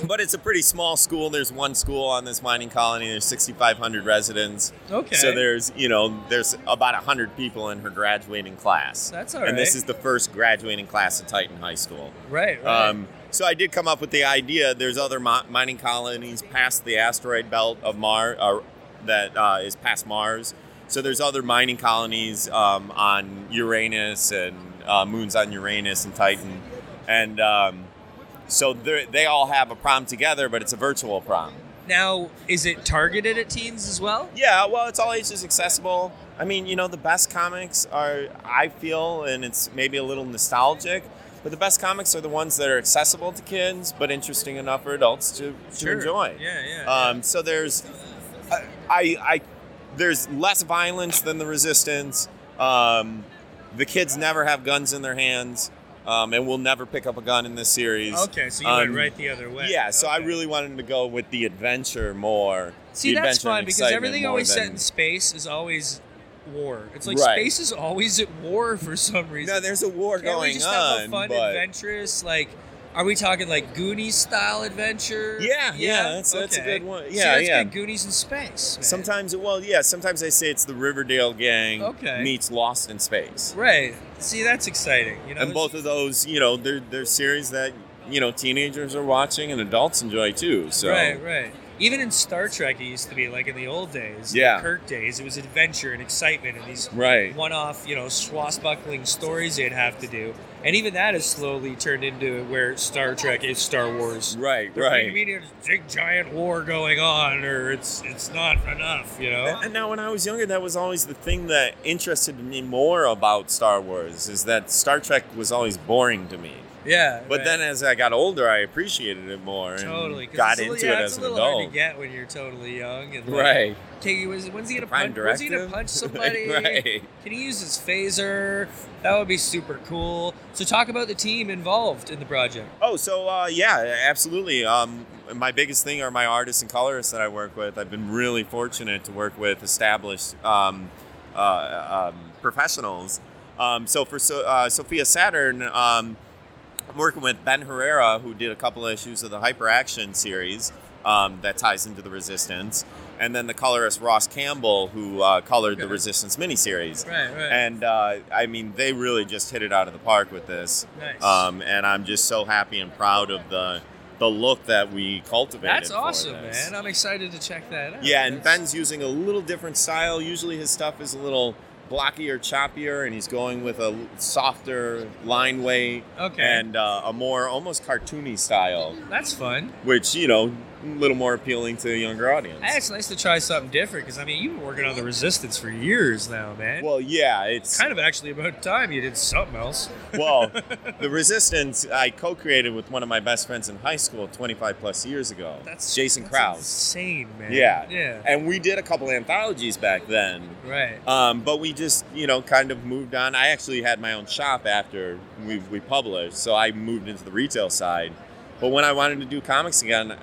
S5: But it's a pretty small school. There's one school on this mining colony. There's 6,500 residents.
S8: Okay.
S5: So there's, you know, there's about 100 people in her graduating class.
S8: That's all
S5: all right. And this
S8: right.
S5: is the first graduating class at Titan High School.
S8: Right. right.
S5: Um, so I did come up with the idea. There's other mi- mining colonies past the asteroid belt of Mars uh, that uh, is past Mars. So there's other mining colonies um, on Uranus and uh, moons on Uranus and Titan, and um, so they're- they all have a prom together, but it's a virtual prom.
S8: now, is it targeted at teens as well?
S5: Yeah, well, it's all ages accessible. I mean, you know, the best comics are, I feel, and it's maybe a little nostalgic, but the best comics are the ones that are accessible to kids, but interesting enough for adults to, to enjoy.
S8: Yeah, yeah.
S5: Um, so there's, I, I, I, there's less violence than the resistance. Um, the kids never have guns in their hands, um, and will never pick up a gun in this series.
S8: Okay, so you went
S5: Um,
S8: right the other way.
S5: Yeah, so I really wanted to go with the adventure more.
S8: See,
S5: the
S8: that's
S5: adventure and
S8: fun because
S5: excitement
S8: everything
S5: more
S8: always
S5: than-
S8: set in space is always war. It's like
S5: Right.
S8: space is always at war for some reason.
S5: No, there's a war
S8: Can't
S5: going
S8: we just
S5: on.
S8: have a fun,
S5: but
S8: adventurous like? Are we talking like Goonies style adventure?
S5: Yeah, yeah, that's- that's a
S8: okay.
S5: good one.
S8: See,
S5: Yeah,
S8: that's
S5: yeah.
S8: good. Goonies in space. man.
S5: sometimes, well, yeah, sometimes they say it's the Riverdale gang
S8: Okay.
S5: meets Lost in Space,
S8: right. See, that's exciting. You know,
S5: and both of those, you know, they're they're series that you know teenagers are watching and adults enjoy too. So
S8: Right, right. Even in Star Trek, it used to be like in the old days, the
S5: Yeah.
S8: Kirk days. It was adventure and excitement and these
S5: Right.
S8: one-off, you know, swashbuckling stories they'd have to do. And even that has slowly turned into where Star Trek is Star Wars.
S5: right,
S8: There
S5: right.
S8: may be a big giant war going on, or it's it's not enough, you [laughs] know.
S5: And now, when I was younger, that was always the thing that interested me more about Star Wars is that Star Trek was always boring to me.
S8: Yeah,
S5: But
S8: right.
S5: then, as I got older, I appreciated it more
S8: [laughs]
S5: and
S8: totally 'cause
S5: got
S8: it's a
S5: into
S8: little, yeah,
S5: it
S8: it's
S5: as
S8: a
S5: an
S8: little
S5: adult.
S8: Hard to get when you're totally young and like,
S5: Right.
S8: Okay, when's, when's he gonna
S5: Prime
S8: punch? When's he gonna
S5: directive? [laughs]
S8: punch somebody?
S5: Right.
S8: Can he use his phaser? That would be super cool. So talk about the team involved in the project.
S5: Oh, so uh, yeah, absolutely. Um, my biggest thing are my artists and colorists that I work with. I've been really fortunate to work with established um, uh, um, professionals. Um, so for so- uh, Sophia Saturn, um, I'm working with Ben Herrera, who did a couple of issues of the Hyperaction series um, that ties into the Resistance, and then the colorist Ross Campbell, who uh, colored the Resistance miniseries.
S8: Right, right.
S5: And uh, I mean, they really just hit it out of the park with this.
S8: Nice.
S5: Um, and I'm just so happy and proud of the the look that we cultivated.
S8: That's
S5: for
S8: awesome,
S5: this.
S8: man. I'm excited to check that out.
S5: Yeah, and
S8: That's-
S5: Ben's using a little different style. Usually his stuff is a little blockier, choppier, and he's going with a softer line weight
S8: Okay.
S5: and uh, a more almost cartoony style,
S8: that's fun.
S5: which, you know, a little more appealing to a younger audience.
S8: Hey, It's nice to try something different because I mean you've been working on the Resistance for years now, man.
S5: Well, yeah, it's
S8: kind of actually about time you did something else. [laughs]
S5: well, the Resistance I co-created with one of my best friends in high school 25 plus years ago.
S8: That's-
S5: Jason
S8: that's
S5: Krause.
S8: Insane, man.
S5: Yeah.
S8: Yeah.
S5: And we did a couple anthologies back then.
S8: Right.
S5: Um, but we just, you know, kind of moved on. I actually had my own shop after we, we published, so I moved into the retail side. But when I wanted to do comics again,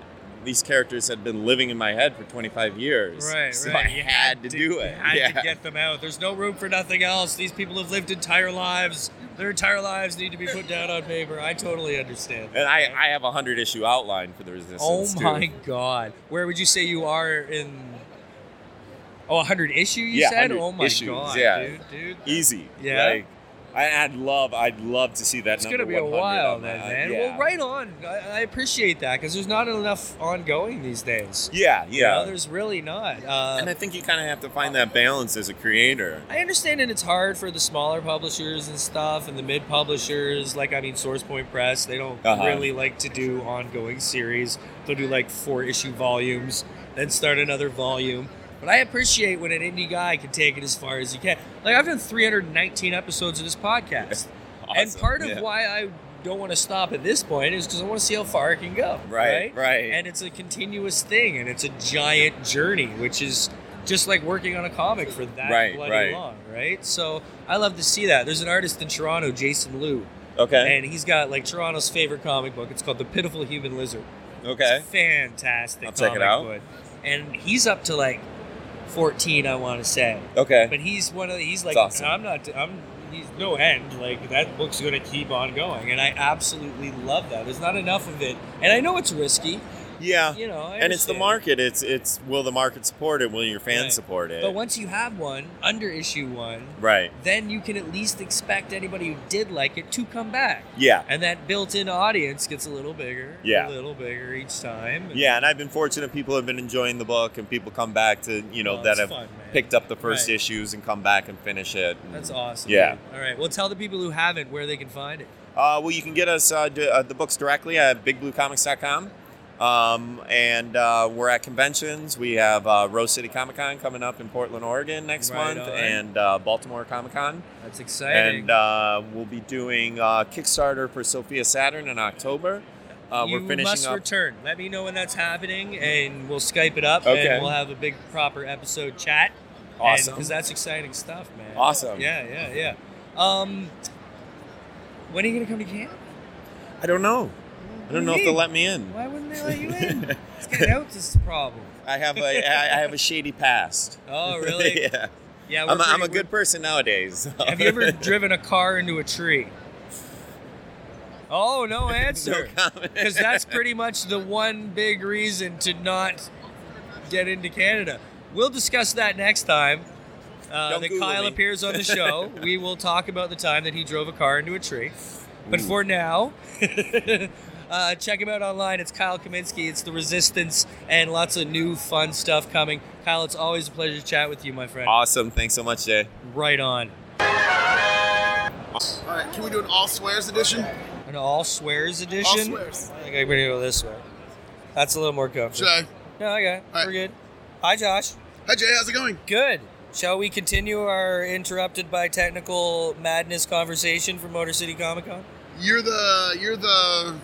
S5: these characters had been living in my head for 25 years.
S8: Right,
S5: so
S8: right.
S5: I had to do it.
S8: had
S5: yeah.
S8: to get them out. There's no room for nothing else. These people have lived entire lives. Their entire lives need to be put down on paper. I totally understand.
S5: and I, I have a 100 issue outline for the Resistance.
S8: Oh
S5: too.
S8: my God. Where would you say you are in? Oh, 100 issue, you
S5: yeah,
S8: said?
S5: 100
S8: Oh my
S5: issues,
S8: God,
S5: yeah.
S8: dude. dude.
S5: Easy.
S8: Yeah.
S5: Like, I, I'd love, I'd love to see that.
S8: It's
S5: number
S8: gonna be a
S5: 100
S8: while
S5: on
S8: then,
S5: that,
S8: man.
S5: Yeah.
S8: Well, right on. I, I appreciate that because there's not enough ongoing these days.
S5: Yeah,
S8: You
S5: yeah.
S8: know, there's really not. Uh,
S5: and I think you kind of have to find that balance as a creator.
S8: I understand, and it's hard for the smaller publishers and stuff, and the mid publishers. Like, I mean, Source Point Press, they don't
S5: Uh-huh.
S8: really like to do ongoing series. They'll do like four issue volumes, then start another volume. But I appreciate when an indie guy can take it as far as you can. Like, I've done 319 episodes of this
S5: [laughs]
S8: podcast, and
S5: Awesome,
S8: part of
S5: yeah.
S8: why I don't want to stop at this point is because I want to see how far it can go.
S5: Right, right.
S8: And it's a continuous thing, and it's a giant journey, which is just like working on a comic for that
S5: Right,
S8: bloody
S5: right.
S8: long, right? So I love to see that. There's an artist in Toronto, Jason Liu,
S5: Okay.
S8: and he's got like Toronto's favorite comic book. It's called The Pitiful Human Lizard.
S5: okay.
S8: Fantastic
S5: I'll check
S8: comic
S5: it out.
S8: book. And he's up to like 14, I want to say.
S5: Okay.
S8: But he's one of the, he's like
S5: It's awesome.
S8: I'm not I'm he's no end. Like that book's gonna keep on going, and I absolutely love that. There's not enough of it, and I know it's risky.
S5: yeah.
S8: You know, I
S5: and it's the
S8: understand.
S5: market. It's it's will the market support it? Will your fans
S8: Right.
S5: support it?
S8: But once you have one under issue one,
S5: right.
S8: then you can at least expect anybody who did like it to come back,
S5: Yeah.
S8: and that built-in audience gets a little bigger,
S5: Yeah.
S8: a little bigger each time. and-
S5: Yeah, and I've been fortunate. People have been enjoying the book, and people come back to you know
S8: Oh,
S5: that
S8: it's
S5: have
S8: fun, man.
S5: picked up the first
S8: Right.
S5: issues and come back and finish it. and-
S8: That's awesome.
S5: Yeah.
S8: dude. All right. Well, tell the people who haven't where they can find it.
S5: Uh, well, you can get us uh, d- uh, the books directly at bigbluecomics.com. Um, and uh, we're at conventions. We have uh, Rose City Comic Con coming up in Portland, Oregon next
S8: Right
S5: month,
S8: on.
S5: and uh, Baltimore Comic Con.
S8: That's exciting.
S5: And uh, we'll be doing uh, Kickstarter for Sophia Saturn in October. Uh,
S8: you
S5: we're finishing
S8: must
S5: up.
S8: return. Let me know when that's happening, and we'll Skype it up,
S5: Okay.
S8: and we'll have a big proper episode chat.
S5: Awesome.
S8: Because that's exciting stuff, man.
S5: Awesome.
S8: Yeah, yeah, yeah. Um, when are you gonna come to camp?
S5: I don't know. I don't know if they'll let me in. [laughs]
S8: Why wouldn't they let you in? Let's get out this problem.
S5: I have a I I have a shady past. [laughs]
S8: Oh, really?
S5: yeah.
S8: Yeah, we're
S5: I'm a, I'm
S8: pretty-
S5: a good person nowadays.
S8: Have you
S5: [laughs]
S8: ever driven a car into a tree? Oh, no answer.
S5: comment.
S8: Because that's pretty much the one big reason to not get into Canada. We'll discuss that next time. Uh,
S5: Don't
S8: that
S5: Google
S8: Kyle
S5: me.
S8: appears
S5: [laughs]
S8: on the show. we will talk about the time that he drove a car into a tree. But for
S5: [laughs]
S8: now, [laughs] uh, check him out online. It's Kyle Kaminsky. It's The Resistance and lots of new fun stuff coming. Kyle, it's always a pleasure to chat with you, my friend.
S5: Awesome. Thanks so much, Jay.
S8: Right on.
S3: All right, can we do an all swears edition?
S8: An all swears edition.
S3: All swears.
S8: I think I'm gonna go this way. That's a little more comfortable.
S3: Should I?
S8: No, I got it. We're good. Hi, Josh.
S3: Hi, Jay. How's it going?
S8: Good. Shall we continue our interrupted by technical madness conversation from Motor City Comic Con?
S3: You're the you're the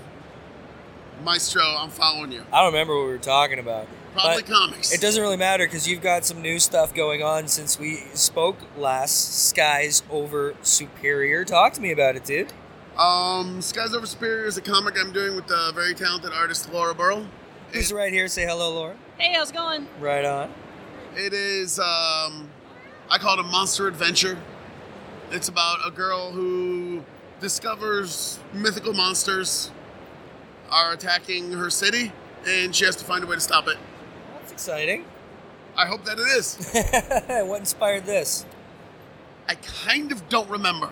S3: maestro. I'm following you.
S8: I don't remember what we were talking about.
S3: Probably
S8: But
S3: comics.
S8: It doesn't really matter because you've got some new stuff going on since we spoke last. Skies over Superior. Talk to me about it, dude.
S3: Um, Skies Over Superior is a comic I'm doing with the very talented artist Laura Burrow.
S8: Who's right here? Say hello, Laura.
S3: Hey, how's it going?
S8: Right on.
S3: It is, um, I call it a monster adventure. It's about a girl who discovers mythical monsters are attacking her city, and she has to find a way to stop it.
S8: That's exciting. [laughs]
S3: I hope that it is.
S8: what inspired this? [laughs]
S3: I kind of don't remember.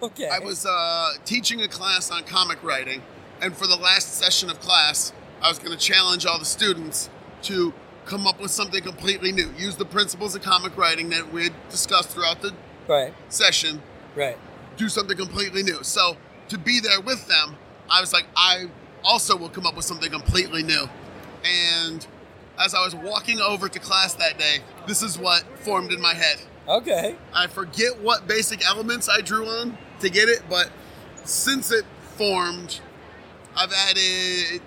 S8: okay.
S3: I was uh, teaching a class on comic writing, and for the last session of class, I was going to challenge all the students to come up with something completely new. Use the principles of comic writing that we had discussed throughout the
S8: Right.
S3: session,
S8: Right.
S3: do something completely new. So to be there with them, I was like, I also will come up with something completely new. And as I was walking over to class that day, this is what formed in my head.
S8: Okay.
S3: I forget what basic elements I drew on to get it, but since it formed, I've added.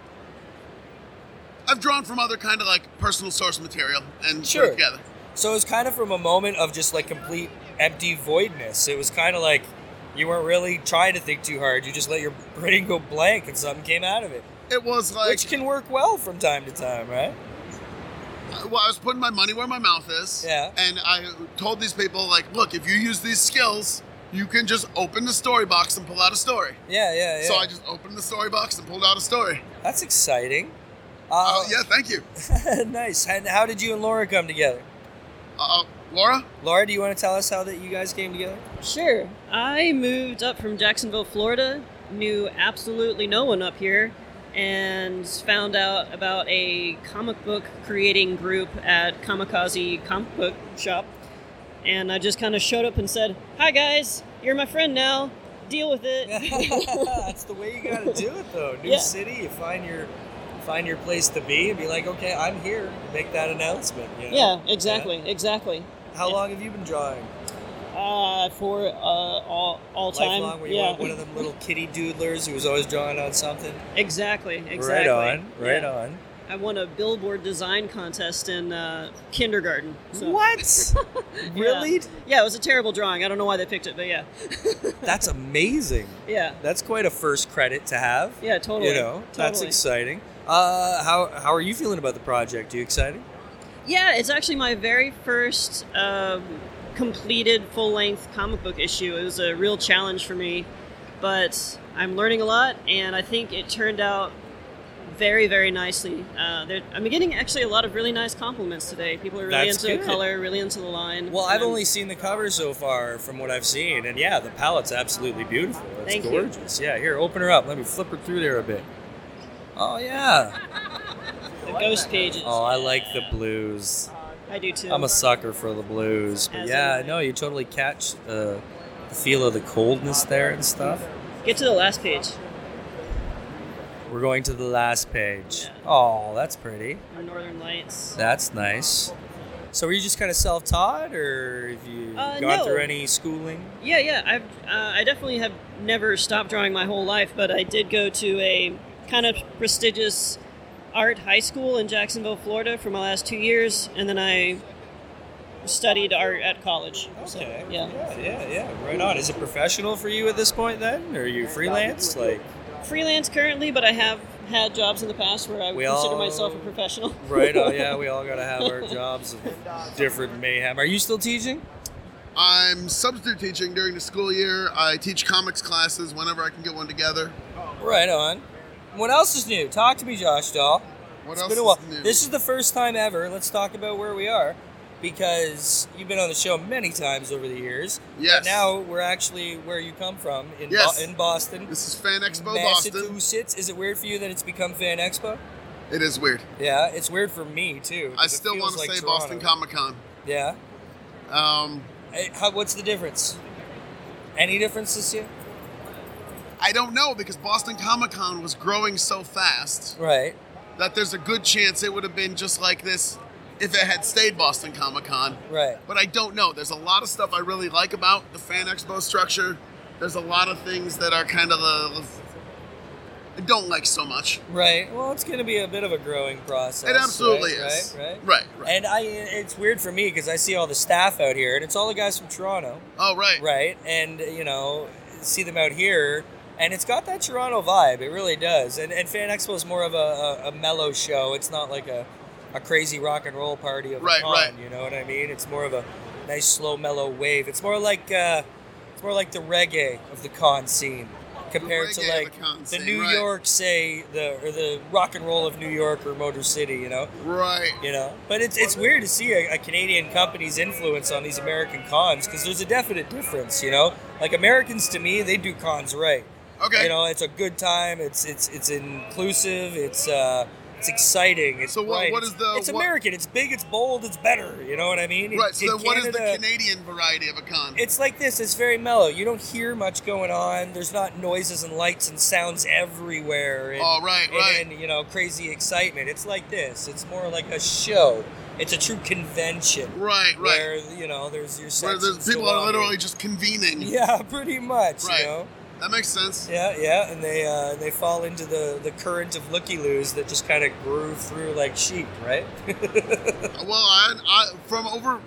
S3: I've drawn from other kind of like personal source material and put it
S8: Sure.
S3: together.
S8: So it was kind of from a moment of just like complete empty voidness. It was kind of like you weren't really trying to think too hard. You just let your [laughs] brain go blank and something came out of it.
S3: It was like.
S8: Which can work well from time to time, right?
S3: well, I was putting my money where my mouth is. Yeah. And I told these people, like, look, if you use these skills, you can just open the story box and pull out a story.
S8: Yeah, yeah, yeah.
S3: So I just opened the story box and pulled out a story.
S8: That's exciting.
S3: Uh, yeah, thank you.
S8: [laughs] nice. And how did you and Laura come together?
S3: Uh, Laura?
S8: Laura, do you want to tell us how that you guys came together?
S7: Sure. I moved up from Jacksonville, Florida, knew absolutely no one up here, and found out about a comic book creating group at Kamikaze Comic Book Shop. And I just kind of showed up and said, Hi guys, you're my friend now. Deal with [laughs] it.
S8: That's the way you gotta do it though. New
S7: Yeah.
S8: city, you find your find your place to be and be like, okay, I'm here. Make that announcement. You know?
S7: yeah, exactly, exactly.
S8: How long have you been drawing?
S7: Uh, for uh, all, all time.
S8: Lifelong, were you
S7: yeah.
S8: one- one of them little kitty doodlers who was always drawing on something?
S7: Exactly.
S8: Right
S7: Exactly.
S8: on. Right
S7: Yeah.
S8: on.
S7: I won a billboard design contest in uh, kindergarten. So.
S8: What? Really?
S7: [laughs] Yeah. yeah, it was a terrible drawing. I don't know why they picked it, but yeah,
S8: That's amazing.
S7: yeah,
S8: That's quite a first credit to have.
S7: yeah, totally.
S8: You know, that's
S7: Totally.
S8: exciting. Uh, how how are you feeling about the project? Are you excited?
S7: Yeah, it's actually my very first um, completed full length comic book issue. It was a real challenge for me, but I'm learning a lot, and I think it turned out very, very nicely. Uh, there- I'm getting actually a lot of really nice compliments today. People are really
S8: That's
S7: into
S8: good.
S7: color, really into the line. Um,
S8: Well,
S7: and
S8: I've
S7: I'm-
S8: only seen the cover so far from what I've seen, and yeah, the palette's absolutely beautiful. It's
S7: Thank you.
S8: gorgeous. Yeah, here, open her up. Let me flip her through there a bit. Oh yeah.
S7: the ghost pages.
S8: Oh, I like the blues.
S7: I do too.
S8: I'm a sucker for the blues, but
S7: As
S8: yeah,
S7: am I.
S8: no, you totally catch the, the feel of the coldness there and stuff.
S7: Get to the last page.
S8: We're going to the last page. Oh, that's pretty.
S7: Our Northern Lights.
S8: That's nice. So were you just kind of self-taught, or have you
S7: Uh,
S8: gone
S7: no.
S8: through any schooling?
S7: Yeah, yeah. I've uh, I definitely have never stopped drawing my whole life, but I did go to a kind of prestigious art high school in Jacksonville, Florida, for my last two years, and then I studied art at college. Okay. yeah.
S8: Yeah, yeah, right on. Is it professional for you at this point then? Or are you freelance? Like,
S7: Freelance currently, but I have had jobs in the past where I would
S8: We
S7: consider
S8: all-
S7: myself a professional.
S8: [laughs] right?
S3: [laughs]
S8: Oh, yeah, we all got to have our jobs of different mayhem. Are you still teaching?
S3: I'm substitute teaching during the school year. I teach comics classes whenever I can get one together.
S8: Right on. What else is new? Talk to me, Josh Doll.
S3: What
S8: It's
S3: else
S8: been a
S3: is
S8: while.
S3: new?
S8: This is the first time ever. Let's talk about where we are because you've been on the show many times over the years.
S3: Yes.
S8: But now we're actually where you come from in, Bo-
S3: Yes.
S8: in Boston.
S3: This is Fan Expo Boston.
S8: Massachusetts. Is it weird for you that it's become Fan Expo?
S3: It is weird.
S8: Yeah, it's weird for me too.
S3: I
S8: 'cause it
S3: still
S8: feels
S3: want to
S8: like
S3: say
S8: Toronto.
S3: Boston Comic Con.
S8: Yeah.
S3: Um,
S8: how, what's the difference? Any difference this year?
S3: I don't know because Boston Comic Con was growing so fast.
S8: Right.
S3: That there's a good chance it would have been just like this if it had stayed Boston Comic Con.
S8: Right.
S3: But I don't know. There's a lot of stuff I really like about the Fan Expo structure. There's a lot of things that are kind of the I don't like so much.
S8: Right. Well, it's going to be a bit of a growing process.
S3: It absolutely
S8: right,
S3: is.
S8: Right. Right.
S3: Right. right.
S8: And I, it's weird for me because I see all the staff out here, and it's all the guys from Toronto.
S3: Oh, right.
S8: Right, and you know, see them out here, and it's got that Toronto vibe. It really does. And and Fan Expo is more of a, a, a mellow show. It's not like a, a crazy rock and roll party of
S3: Right,
S8: a con,
S3: right.
S8: You know what I mean? It's more of a nice slow mellow wave. It's more like uh, it's more like the reggae of the con scene compared to
S3: reggae of
S8: like
S3: the con
S8: the
S3: scene,
S8: New
S3: right.
S8: York, say the or the rock and roll of New York or Motor City. You know.
S3: Right.
S8: You know, but it's, it's weird to see a, a Canadian company's influence on these American cons because there's a definite difference. You know, like Americans to me, they do cons right.
S3: Okay.
S8: You know, it's a good time. It's it's it's inclusive. It's uh, it's It's exciting. It's
S3: So what-
S8: bright,
S3: what
S8: it's-
S3: is the-
S8: It's
S3: what-
S8: American. It's big. It's bold. It's better. You know what I mean?
S3: Right,
S8: It's-
S3: so
S8: in
S3: then what is the
S8: Canada-
S3: Canadian variety of a con?
S8: It's like this. It's very mellow. You don't hear much going on. There's not noises and lights and sounds everywhere. And,
S3: Oh, right,
S8: and,
S3: right.
S8: And you know, crazy excitement. It's like this. It's more like a show. It's a true convention.
S3: Right, right.
S8: Where you know, there's your.
S3: Where the
S8: sections
S3: people
S8: go
S3: are
S8: on.
S3: literally just convening.
S8: [laughs] Yeah, pretty much.
S3: Right.
S8: You know.
S3: That makes sense.
S8: Yeah, yeah, and they uh, they fall into the, the current of looky loos that just kind of grew through like sheep, right? [laughs]
S3: Well, I, I from over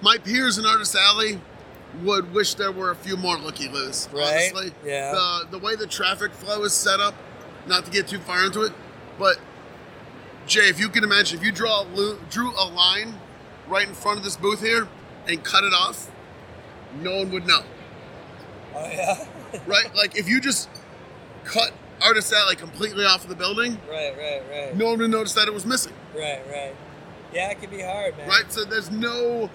S3: my peers in Artist Alley would wish there were a few more looky loos.
S8: Right,
S3: Honestly,
S8: yeah.
S3: The the way the traffic flow is set up, not to get too far into it, but Jay, if you can imagine, if you draw a lo- drew a line right in front of this booth here and cut it off, no one
S8: [laughs]
S3: would know.
S8: Oh yeah.
S3: right, like if you just cut Artist Alley completely off of the building,
S8: right, right, right.
S3: no one would notice that it was missing.
S8: Right, right. Yeah, it can be hard, man.
S3: right? So there's no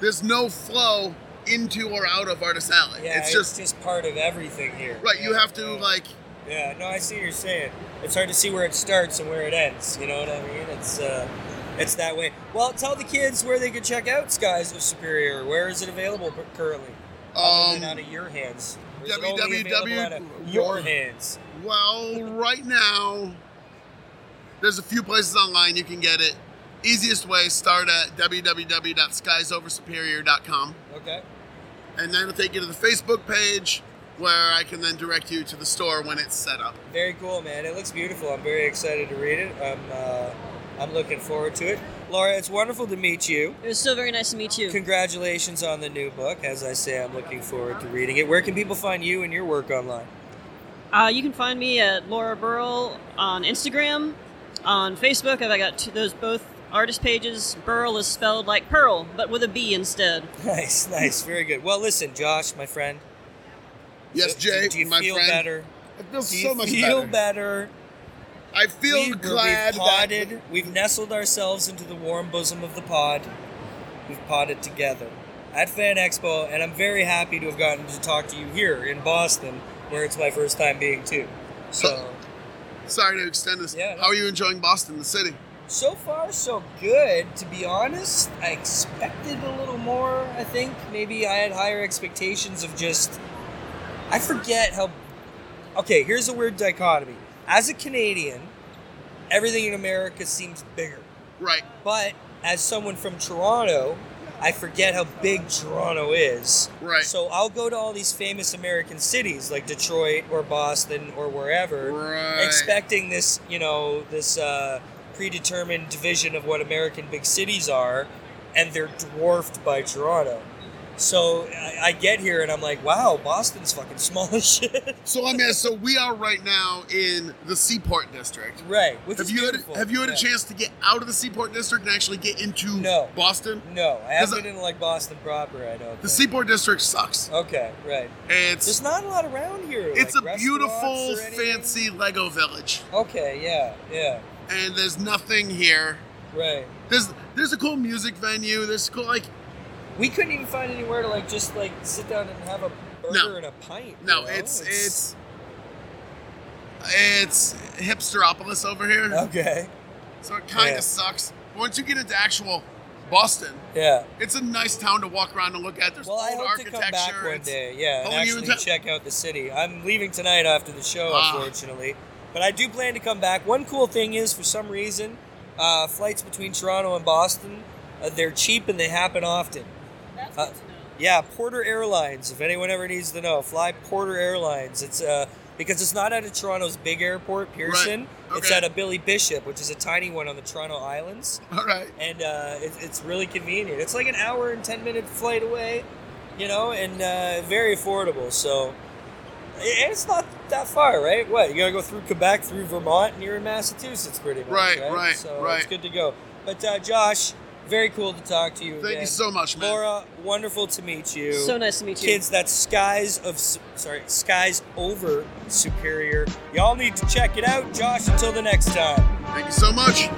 S3: there's no flow into or out of Artist Alley.
S8: Yeah,
S3: it's just
S8: part of everything here.
S3: right. you
S8: Yeah,
S3: have to like
S8: Yeah, no, I see what you're saying. It's hard to see where it starts and where it ends. You know what I mean? It's uh, it's that way. Well, tell the kids where they can check out Skies of Superior. Where is it available p- currently? Other than
S3: Um,
S8: out of your hands. Or is it only available out
S3: www.
S8: of your hands.
S3: Well, right now there's a few places online you can get it. Easiest way start at www.skiesoversuperior.com.
S8: Okay.
S3: And then it'll take you to the Facebook page where I can then direct you to the store when it's set up.
S8: Very cool, man. It looks beautiful. I'm very excited to read it. I'm uh, I'm looking forward to it. Laura, it's wonderful to meet you.
S7: It was so very nice to meet you.
S8: Congratulations on the new book. As I say, I'm looking forward to reading it. Where can people find you and your work online?
S7: Uh, you can find me at Laura Burl on Instagram, on Facebook. I've I got two, those both artist pages. Burl is spelled like pearl, but with a B instead.
S8: Nice, nice, very good. Well, listen, Josh, my friend.
S3: Yes,
S8: do,
S3: Jay,
S8: do you
S3: my
S8: feel
S3: friend.
S8: better?
S3: I feel
S8: do you
S3: so much
S8: feel
S3: better.
S8: better?
S3: I feel
S8: we,
S3: glad that-
S8: We've podded. we've nestled ourselves into the warm bosom of the pod. We've podded together at Fan Expo, and I'm very happy to have gotten to talk to you here in Boston, where it's my first time being too. So.
S3: Sorry to extend this. How are you enjoying Boston, the city?
S8: So far, so good. To be honest, I expected a little more. I think maybe I had higher expectations of just. I forget how. Okay, here's a weird dichotomy. As a Canadian, everything in America seems bigger.
S3: Right.
S8: But as someone from Toronto, I forget how big Toronto is.
S3: Right.
S8: So I'll go to all these famous American cities like Detroit or Boston or wherever,
S3: Right.
S8: expecting this, you know, this uh, predetermined division of what American big cities are, and they're dwarfed by Toronto. So I, I get here and I'm like, wow, Boston's fucking [laughs] small as shit.
S3: So let me ask. So we are right now in the Seaport District.
S8: Right. Which
S3: have
S8: is
S3: you
S8: beautiful,
S3: had Have you had
S8: yeah.
S3: a chance to get out of the Seaport District and actually get into Boston?
S8: No, I
S3: Because
S8: haven't been in like Boston proper. I don't.
S3: The
S8: think.
S3: Seaport District sucks.
S8: Okay, right.
S3: It's
S8: Uh, There's not a lot around here.
S3: it's a
S8: like
S3: beautiful,
S8: restaurants or anything.
S3: fancy Lego village.
S8: Okay, yeah, yeah.
S3: And there's nothing here.
S8: Right.
S3: There's there's a cool music venue. There's cool like
S8: We couldn't even find anywhere to like just like sit down and have a burger and a pint.
S3: no,
S8: you know?
S3: it's it's it's hipsteropolis over here.
S8: Okay.
S3: So it kind of
S8: Yeah.
S3: sucks. Once you get into actual Boston,
S8: Yeah.
S3: it's a nice town to walk around and look at. There's
S8: Well, I
S3: old
S8: hope to
S3: architecture.
S8: come back one
S3: It's-
S8: day. Yeah, and
S3: pulling you
S8: actually
S3: into-
S8: check out the city. I'm leaving tonight after the show,
S3: Ah.
S8: unfortunately, but I do plan to come back. One cool thing is, for some reason, uh, flights between Toronto and Boston, uh, they're cheap and they happen often. That's good to know. Yeah, Porter Airlines. If anyone ever needs to know, fly Porter Airlines. It's uh, because it's not out of Toronto's big airport, Pearson. It's
S3: okay.
S8: out of Billy Bishop, which is a tiny one on the Toronto Islands.
S3: All right.
S8: And uh, it, it's really convenient. It's like an hour and ten minute flight away, you know, and uh, very affordable. So and it's not that far, right? What you gotta go through Quebec, through Vermont, and you're in Massachusetts, pretty much.
S3: Right,
S8: Right,
S3: right,
S8: So
S3: right.
S8: it's good to go. But uh, Josh, very cool to talk to you.
S3: Thank you
S8: again.
S3: so much, man.
S8: Laura. Wonderful to meet you.
S7: So nice to meet you.
S8: kids. That's skies of Su- sorry, skies over Superior. Y'all need to check it out, Josh. Until the next time.
S3: Thank you so much.